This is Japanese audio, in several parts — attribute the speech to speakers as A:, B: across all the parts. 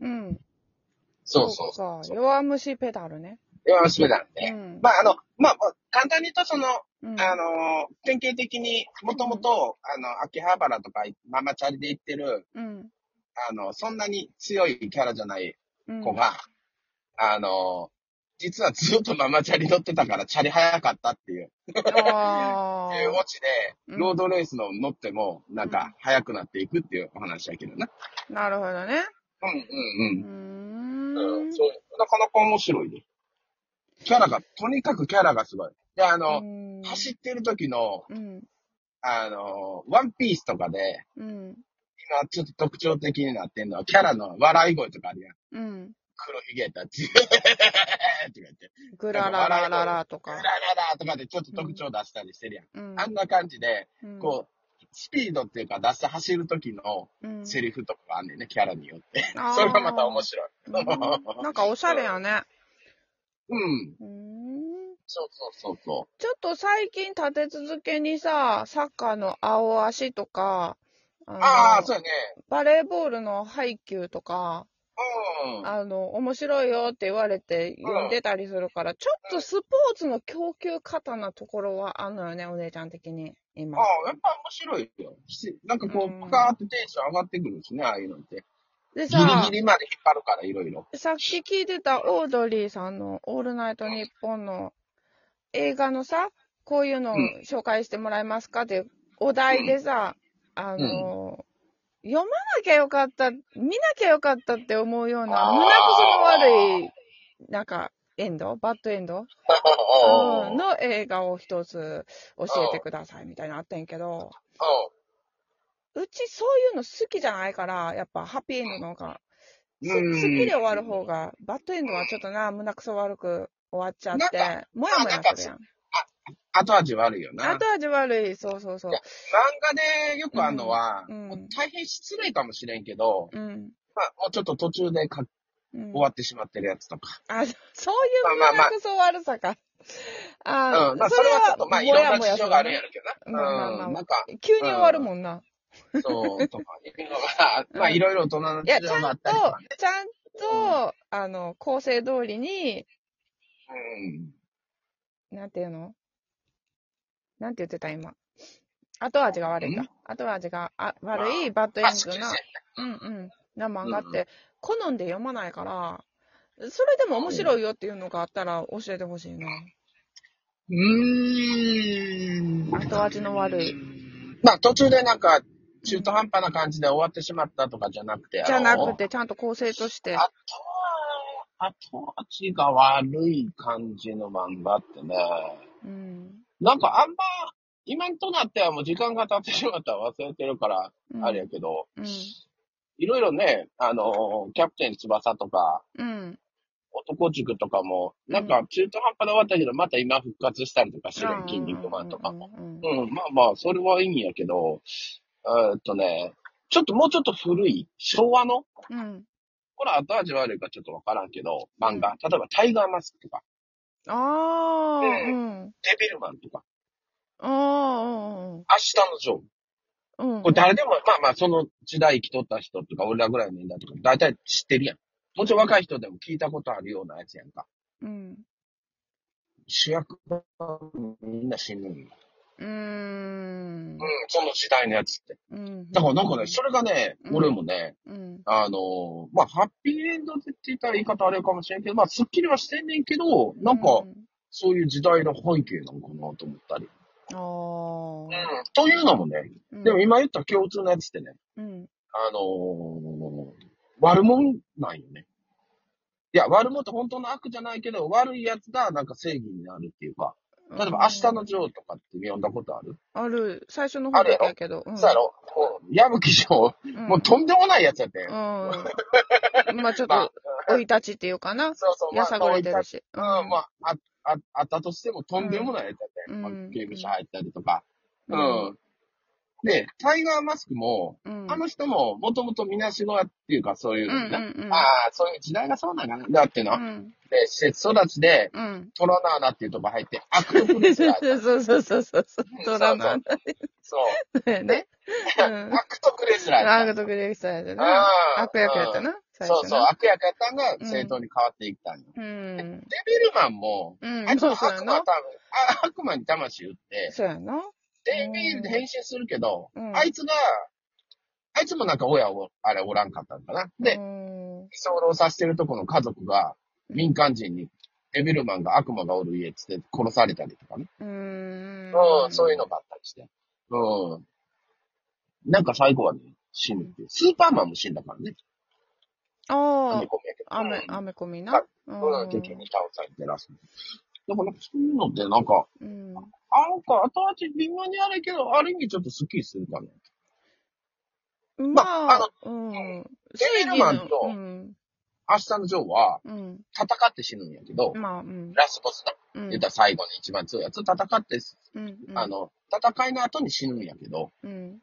A: うん。
B: そうそうそう。
A: か。弱虫ペダルね。
B: 弱虫ペダル
A: う
B: ね。
A: ん。
B: まあ、あの、まあ、まあ簡単に言うと、その、
A: うん
B: あの、典型的に、もともと、あの、秋葉原とか、ママチャリで行ってる、
A: うん。
B: あの、そんなに強いキャラじゃない
A: うん。
B: 子が、あの、実はずっとママチャリ乗ってたから、チャリ早かったっていう、
A: あ
B: いうオチで、
A: うん
B: ロードレースの乗っても、なん
A: うん
B: か、早くなっていくっていうお話やけどな。
A: あ。なるほどね。
B: うん
A: うー
B: うんうん。うんん、。そう。なかなか面白いね。キャラが、とにかくキャラがすごい。で、あの、
A: うん
B: 走ってる時の、
A: うん。
B: あの、ワンピースとかで、
A: うん。
B: 今ちょっと特徴的になってんのは、キャラの笑い声とかあるやん。
A: うん。
B: 黒ひげたち、とか言って、
A: グラララララと
B: ララ
A: か。
B: ラとかでちょっと特徴出したりしてるやん。
A: うん
B: あんな感じで、
A: うん
B: こう、スピードっていうか出して走る時の
A: うん。
B: セリフとかがあんねんね、キャラによって。
A: あー
B: それがまた面白い。
A: うんなんかおしゃれやね。
B: うん。
A: うーん。
B: そうそうそうそ
A: ちょっと最近立て続けにさ、サッカーの青足とか、あ
B: う。
A: の
B: ああ、そうやね。
A: バレーボールのハイキューとか、
B: うん。
A: あの、面白いよって言われて読んでたりするから、ちょっとスポーツの供給方なところはあんのよね、お姉ちゃん的に、
B: あ
A: 今。
B: あ、やっぱ面白いよ。しなんかこ
A: うん
B: う、パカーってテンション上がってくるしね、ああいうのって。
A: で
B: ギリ
A: さ
B: ギ、リまで引っ張るから、いろいろ。
A: さっき聞いてたオードリーさんのオールナイトニッポンの映画のさ、こういうのを
B: うん
A: 紹介してもらえますかってお題でさ、あの、読まなきゃよかった、見なきゃよかったって思うような、
B: あー
A: 胸くその悪い、なんか、エンドバッドエンド、
B: お
A: うん
B: お。
A: の映画を一つ教えてくださいみたいなのあったんやけど、うちそういうの好きじゃないから、やっぱハッピーエンドの方がす
B: うん
A: すっきり終わる方が、バッドエンドはちょっとな、胸くそ悪く終わっちゃっ
B: なん
A: て
B: か、
A: もやもやするやん。
B: 後味悪いよな。漫
A: 後味悪い、そうそうそう
B: い。や画でよくあるのは、
A: うんうん
B: 大変失礼かもしれんけど、
A: うん。
B: まあ、もうちょっと途中でか
A: うん
B: 終わってしまってるやつとか。
A: あ、そういう
B: まあまあまあ
A: 胸くそ悪さか。あ
B: うん。まあ、それはちょっと、まあ、いろんな事
A: す
B: 情
A: る
B: があるんやろうけど
A: まあまあま
B: な。
A: あ
B: うん。なんか、
A: 急に終わるもんな。
B: そう、とかいうのが、まあ、いろいろ大人の
A: いや、
B: 事
A: ちゃ
B: 情
A: ん
B: があ
A: と
B: ったりとかね。、
A: ちゃんと、あの、構成通りに、
B: うん。
A: なんていうのなんて言ってた今。後味が悪いか
B: ん。
A: 後味があ悪いバッドエ
B: まあ、
A: ン
B: 好き
A: ド
B: で
A: な
B: すね。
A: うんうん。な漫画っ
B: うんう
A: て、好んで読まないから、それでも面白いよっていうのがあったら教えてほしいな。
B: うーん。
A: 後味の悪い。
B: まあ、途中でなんか、中途半端な感じで終わってしまったとかじゃなくて、
A: じゃな
B: あの
A: くて、ちゃんと構成として。
B: あとは、後味が悪い感じの漫画ってね、
A: うん。
B: なんかあんま、今となってはもう時間が経ってしまったら忘れてるから、
A: うん
B: あれやけど、
A: うん。
B: いろいろね、あの、キャプテン翼とか、
A: うん。
B: 男塾とかも、なんか中途半端で終わったけど、また今復活したりとかしてる、筋肉マンとかも。
A: うん。
B: うん、まあまあ、それはいいんやけど、えーっとね、ちょっともうちょっと古い、昭和の、
A: うん。うん
B: これ後味悪いかちょっとわからんけど、漫画、例えばタイガーマスクとか、
A: あー、
B: う
A: うん。
B: デビルマンとか、
A: あ
B: 明日のジョー。
A: ー、うん。うん。
B: これ誰でも、まあまあ、その時代生きとった人とか、俺らぐらいの年代とか、大体知ってるやん。もちろん若い人でも聞いたことあるようなやつやんか。
A: うん。
B: 主役がみんな死ぬんよ
A: うーん
B: うん、。その時代のやつって。
A: うん。
B: だからなんかね、それがね、
A: うん
B: 俺もね、
A: うん。
B: あの、まあ、ハッピーエンドって言ったら言い方あれかもしれんけど、まあ、スッキリはしてんねんけど、なんか、そういう時代の背景なのかなと思ったり。
A: うん。あ
B: うん。というのもね、
A: ー。
B: でも今言った共通のやつってね、
A: うん、
B: あのー悪者なんよね。いや、悪者って本当の悪じゃないけど、悪いやつがなんか正義になるっていうか、
A: うん。
B: 例えば明日のジョーとかって読んだことある、
A: ある、最初の方だけやけど。うん
B: そうやろこう矢吹城、
A: うん
B: もうとんでもないやつやってん。
A: うん。まあちょっ と
B: まあ、
A: 生い立ちっていうかな。
B: そうそう、ま
A: や
B: あ、
A: さぐれてるし。う
B: うん、まあ、あ、ああったとしてもとんでもないやつやった
A: うん
B: よ、まあ
A: うん
B: 刑務所入ったりとか。うん。で、タイガーマスクも、
A: うん。
B: あの人も、もともとみなしごやっていうか、そういう、
A: うんうんうん。
B: ああ、そういう時代がそうなんかな。だって
A: う
B: な。
A: ん。
B: で、施設育ちで、
A: うん。
B: トロナーナっていうと こ入って、悪徳ですよ。
A: そうそうそうそう。そう。ドラマ
B: そう。
A: だよね。うん。
B: 悪徳レスラーや
A: あ
B: った
A: ー
B: ん
A: ト
B: だ。
A: グレイスターやでな。
B: あー
A: 悪役やったな、最
B: そう
A: 初
B: そう、
A: な。
B: 悪役やったんが正当に変わっていったんよ。
A: うん。
B: デビルマンも、
A: う
B: あい
A: ん、
B: つは
A: そうそうや
B: 悪魔
A: な
B: 多分、あ悪魔に魂打って、
A: そうやな。
B: デビルで変身するけど、
A: うん
B: あいつが、あいつもなんか親を、あれおらんかったんかな。で、
A: うん、
B: 居候させてるとこの家族が、民間人に、デビルマンが悪魔がおる家っつって殺されたりとかね。
A: うん。
B: うん、そういうのがあったりして。うん。なんか最後はね、死ぬっていう。スーパーマンも死んだからね。
A: あ
B: アメコミやけど
A: あ、アメ、
B: うん
A: アメコミ
B: は
A: な。
B: うん、結局倒されてラスト。でもなんかそういうのってなんか、
A: うん。
B: あなんか後々微妙にあれけど、ある意味ちょっとスッキリするかね。
A: うんま
B: まあ
A: あ、うん。
B: デビルマンと
A: うん。
B: 明日のジョーは
A: うん。
B: 戦って死ぬんやけど、
A: まあ、うん。
B: ラスボスだ。
A: うん
B: 言ったら最後の一番強いやつ、戦って、
A: うん。
B: あの、戦いの後に死ぬんやけど、
A: うん、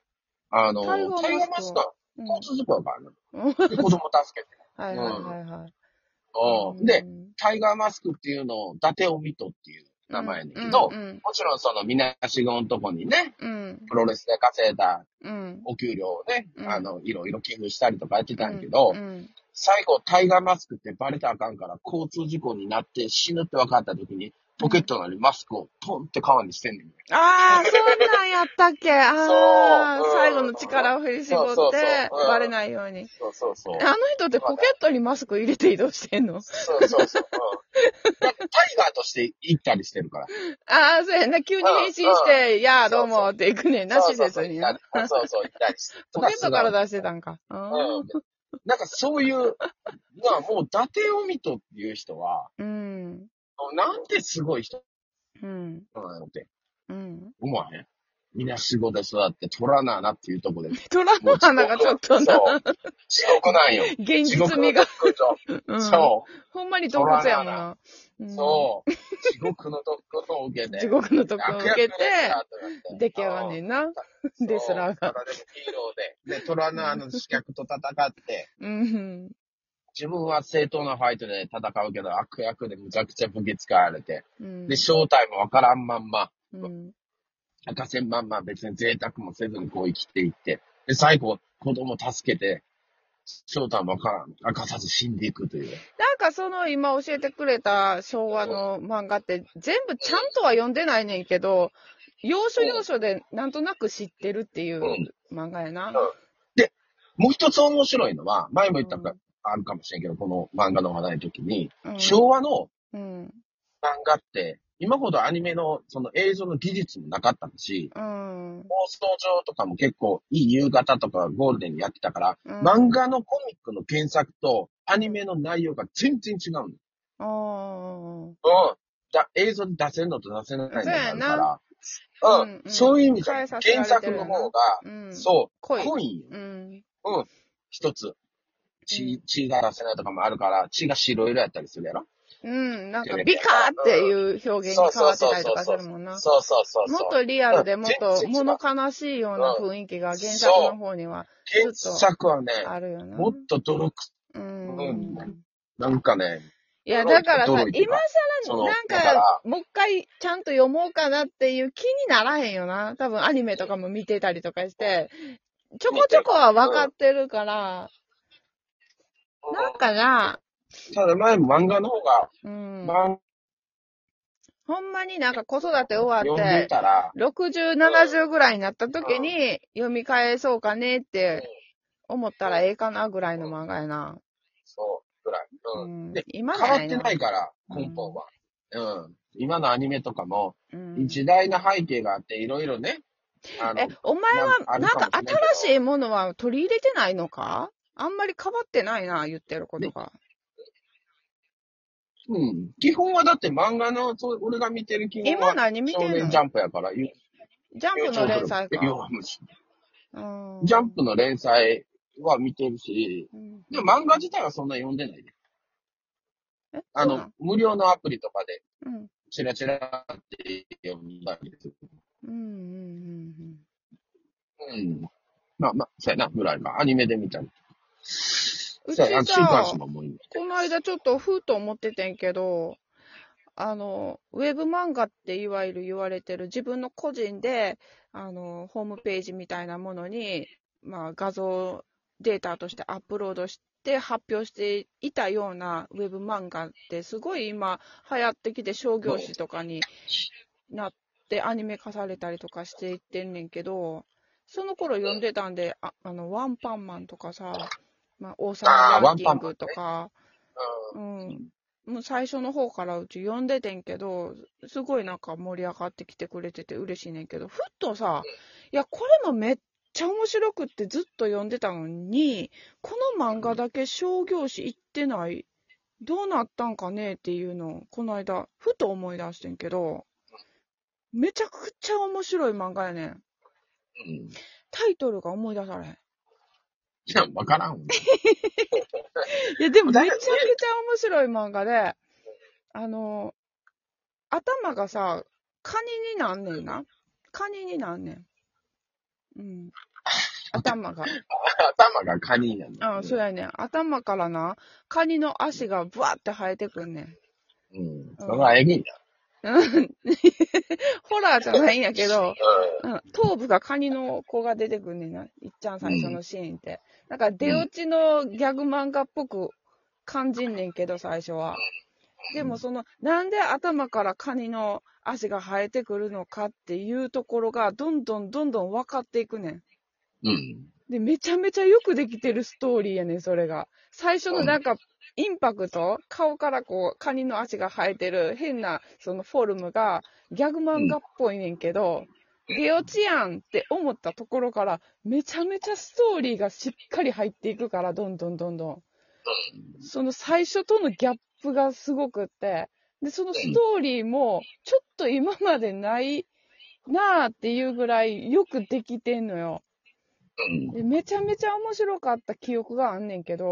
B: あの、
A: タイガーマスク
B: タイガーマスクは
A: うん。
B: 交通事故やからね。
A: うん
B: で子供助けて。
A: はいはいはいはい。
B: うん。で、、タイガーマスクっていうのを、伊達オミトっていう名前やねんけど、
A: うん。
B: もちろんその、みなしごのとこにね、
A: うん。
B: プロレスで稼いだ
A: うん。
B: お給料をね、
A: うん
B: あの、いろいろ寄付したりとかやってたんやけど、
A: うん。
B: 最後、タイガーマスクってバレたらあかんから、交通事故になって死ぬって分かった時に、ポケットのにマスクをポンって川に捨てんねん。
A: ああ、そんなんやったっけああ
B: そうう、ん
A: 最後の力を振り絞
B: そう
A: っ
B: そう
A: て
B: そうう、ん
A: バレないように。
B: そうそうそう
A: あの人ってポケットにマスク入れて移動してんの
B: そうそうそう。うん、だってタイガーとして行ったりしてるから。
A: ああ、そうやな。急に変身して、いやあ、どうもって行くねんな、施
B: そう
A: 設
B: そう
A: に
B: 行
A: な
B: っ。たりそうそう、行ったりして
A: ポケットから出して
B: た。
A: たんか。う
B: うん
A: ん。。
B: なんかそういう、なもう伊達オミトっていう人は、
A: うん。
B: なんてすごい人
A: うん。
B: なのって、
A: うん。
B: 思わへんみんな仕事で育って取らなあなっていうとこ ろで。
A: トラ
B: も
A: の
B: う地獄
A: 花がちょっとな、
B: そう地獄なんよ。
A: 現
B: 地
A: 実
B: 獄の
A: 味が。
B: ドッグ
A: う
B: と。
A: ん。
B: そ
A: ほんまに洞窟やもんな。う
B: う。
A: ん
B: そう。地獄のドッグとを受けて。
A: 地獄のとこを受けて、出来上がんね
B: ね
A: んな。デスラーが。
B: でもヒーローで。で、虎のあの刺客と戦って、
A: うん。
B: 自分は正当なファイトで戦うけど、悪役でむちゃくちゃ武器使われて、
A: うん
B: で、正体もわからんまんま、
A: うん。
B: 明かせんまんま別に贅沢もせずにこう生きていって、で、最後、子供助けて、正体もわからん、明かさず死んでいくという。
A: なんかその今教えてくれた昭和の漫画って全部ちゃんとは読んでないねんけど、要所要所でなんとなく知ってるっていう漫画やな。
B: もう一つ面白いのは、前も言った
A: う
B: か、あるかもしれんけど、この漫画の話題の時に、
A: うん
B: 昭和の
A: うん。
B: 漫画って、今ほどアニメのその映像の技術もなかったし、
A: うん。
B: 放送上とかも結構いい夕方とかゴールデンにやってたから、
A: うん
B: 漫画のコミックの原作とアニメの内容が全然違うの。うん。
A: あー
B: だ映像に出せるのと出せないのがあるか
A: そうや
B: ら、う、
A: なんうん
B: そういう意味じゃ
A: 変えさせら
B: 原
A: れて
B: 作
A: るよ
B: の
A: な
B: 方が、
A: うん。
B: そう、
A: 濃い
B: 濃いよ。
A: うん。
B: うん。一つ。血、血が出せないとかもあるから、血が白色やったりするやろ
A: うん。なんかビカーっていう表現に変わってたりとかするもんな。
B: そうそうそう
A: も
B: そ
A: っ
B: う。
A: とリアルで
B: うん
A: もっと
B: 全然違う
A: 物悲しいような雰囲気が原作の方には
B: 原作はね、
A: あるよな。
B: もっと泥く、
A: うん
B: うんなんかね、
A: いや、だからさ、
B: 驚
A: 今
B: いてたその
A: 更なん
B: だから
A: か、もう一回ちゃんと読もうかなっていう気にならへんよな。多分アニメとかも見てたりとかして、ちょこちょこは分かってるから、なんかな、
B: ただ前も漫画の方が、
A: うん。
B: 漫
A: ほんまになんか子育て
B: 画
A: 終わっ
B: 読んで
A: て、
B: たら、
A: 60、70ぐらいになった時に読み返そうかねって思ったらええかなぐらいの漫画やな。
B: そう、ぐらい。
A: う
B: うん。
A: ん
B: で、。
A: 今じ
B: 変
A: ゃ
B: わっ
A: ない
B: て
A: な。
B: ないから、
A: うん
B: 根本は。うん。今のアニメとかも、
A: うん
B: 時代の背景があって、いろいろね、あ
A: え
B: の、、
A: お前
B: なんかあ
A: は、
B: る
A: なん
B: かも
A: か
B: しれんけど
A: 新しいものは取り入れてないのかあんまり変わってないな、言ってることが。
B: うん。基本はだって漫画の、そう俺が見てる基本
A: 今
B: は、
A: 何見て
B: 少
A: んの
B: 年
A: ジ
B: ジャンプやから、ジ
A: ャンプの連載か。うん
B: ジャンプの連載は見てるし、
A: うん
B: でも漫画自体はそんな読んでないね。
A: え
B: あ
A: そうな
B: の、無料のアプリとかで、
A: うん。
B: チラチラって読んだりする。
A: うんうん
B: うん。まあまあ、そうやな、ぐらいか。アニメで見たり。
A: うち
B: そうやな、
A: さ
B: 週刊誌ももういい。
A: この間ちょっとふーと思っててんけど、あの、ウェブ漫画っていわゆる言われてる自分の個人で、あの、ホームページみたいなものに、まあ、画像データとしてアップロードして発表していたようなウェブ漫画ってすごい今流行ってきて商業誌とかになってアニメ化されたりとかしていってんねんけど、その頃読んでたんで、ああの、ワンパンマンとかさ、まあ、王様ランキングとか、うん。もう最初の方からうち読んでてんけど、すごいなんか盛り上がってきてくれてて嬉しいねんけど、ふっとさ、いや、これもめっちゃ面白くってずっと読んでたのに、この漫画だけ商業誌行ってない、どうなったんかねっていうのを、この間、ふと思い出してんけど、めちゃくちゃ面白い漫画やねん。
B: うん。い
A: タイトルが思い出されへん。
B: や、わから
A: い
B: ん。
A: や、でもめちゃくちゃ面白い漫画で、あの、頭がさ、カニになんねんな。カニになんねん。うん。頭が。
B: 頭がカニやん。
A: あ そう
B: や。
A: やねん。頭からな、カニの足がブワって生えてくんねん。
B: うん。それはエグいな。
A: うん。 ホラーじゃないんやけど、
B: う
A: うん、頭部がカニの子が出てくんねんな。いっちゃん最初のシーンって。なんか出落ちのギャグ漫画っぽく感じんねんけど、最初は。でもその、なんで頭からカニの足が生えてくるのかっていうところが、どんどんどんどん分かっていくねん。
B: ん。うん。
A: で、めちゃめちゃよくできてるストーリーやねん、それが。最初のなんか、インパクト顔からこう、カニの足が生えてる変な、そのフォルムが、ギャグ漫画っぽいねんけど、出落ちやんって思ったところから、めちゃめちゃストーリーがしっかり入っていくから、どんどんどんどん。その最初とのギャップがすごくって、で、そのストーリーも、ちょっと今までないなーっていうぐらいよくできてんのよ。
B: うん。
A: でめちゃめちゃ面白かった記憶があんねんけど、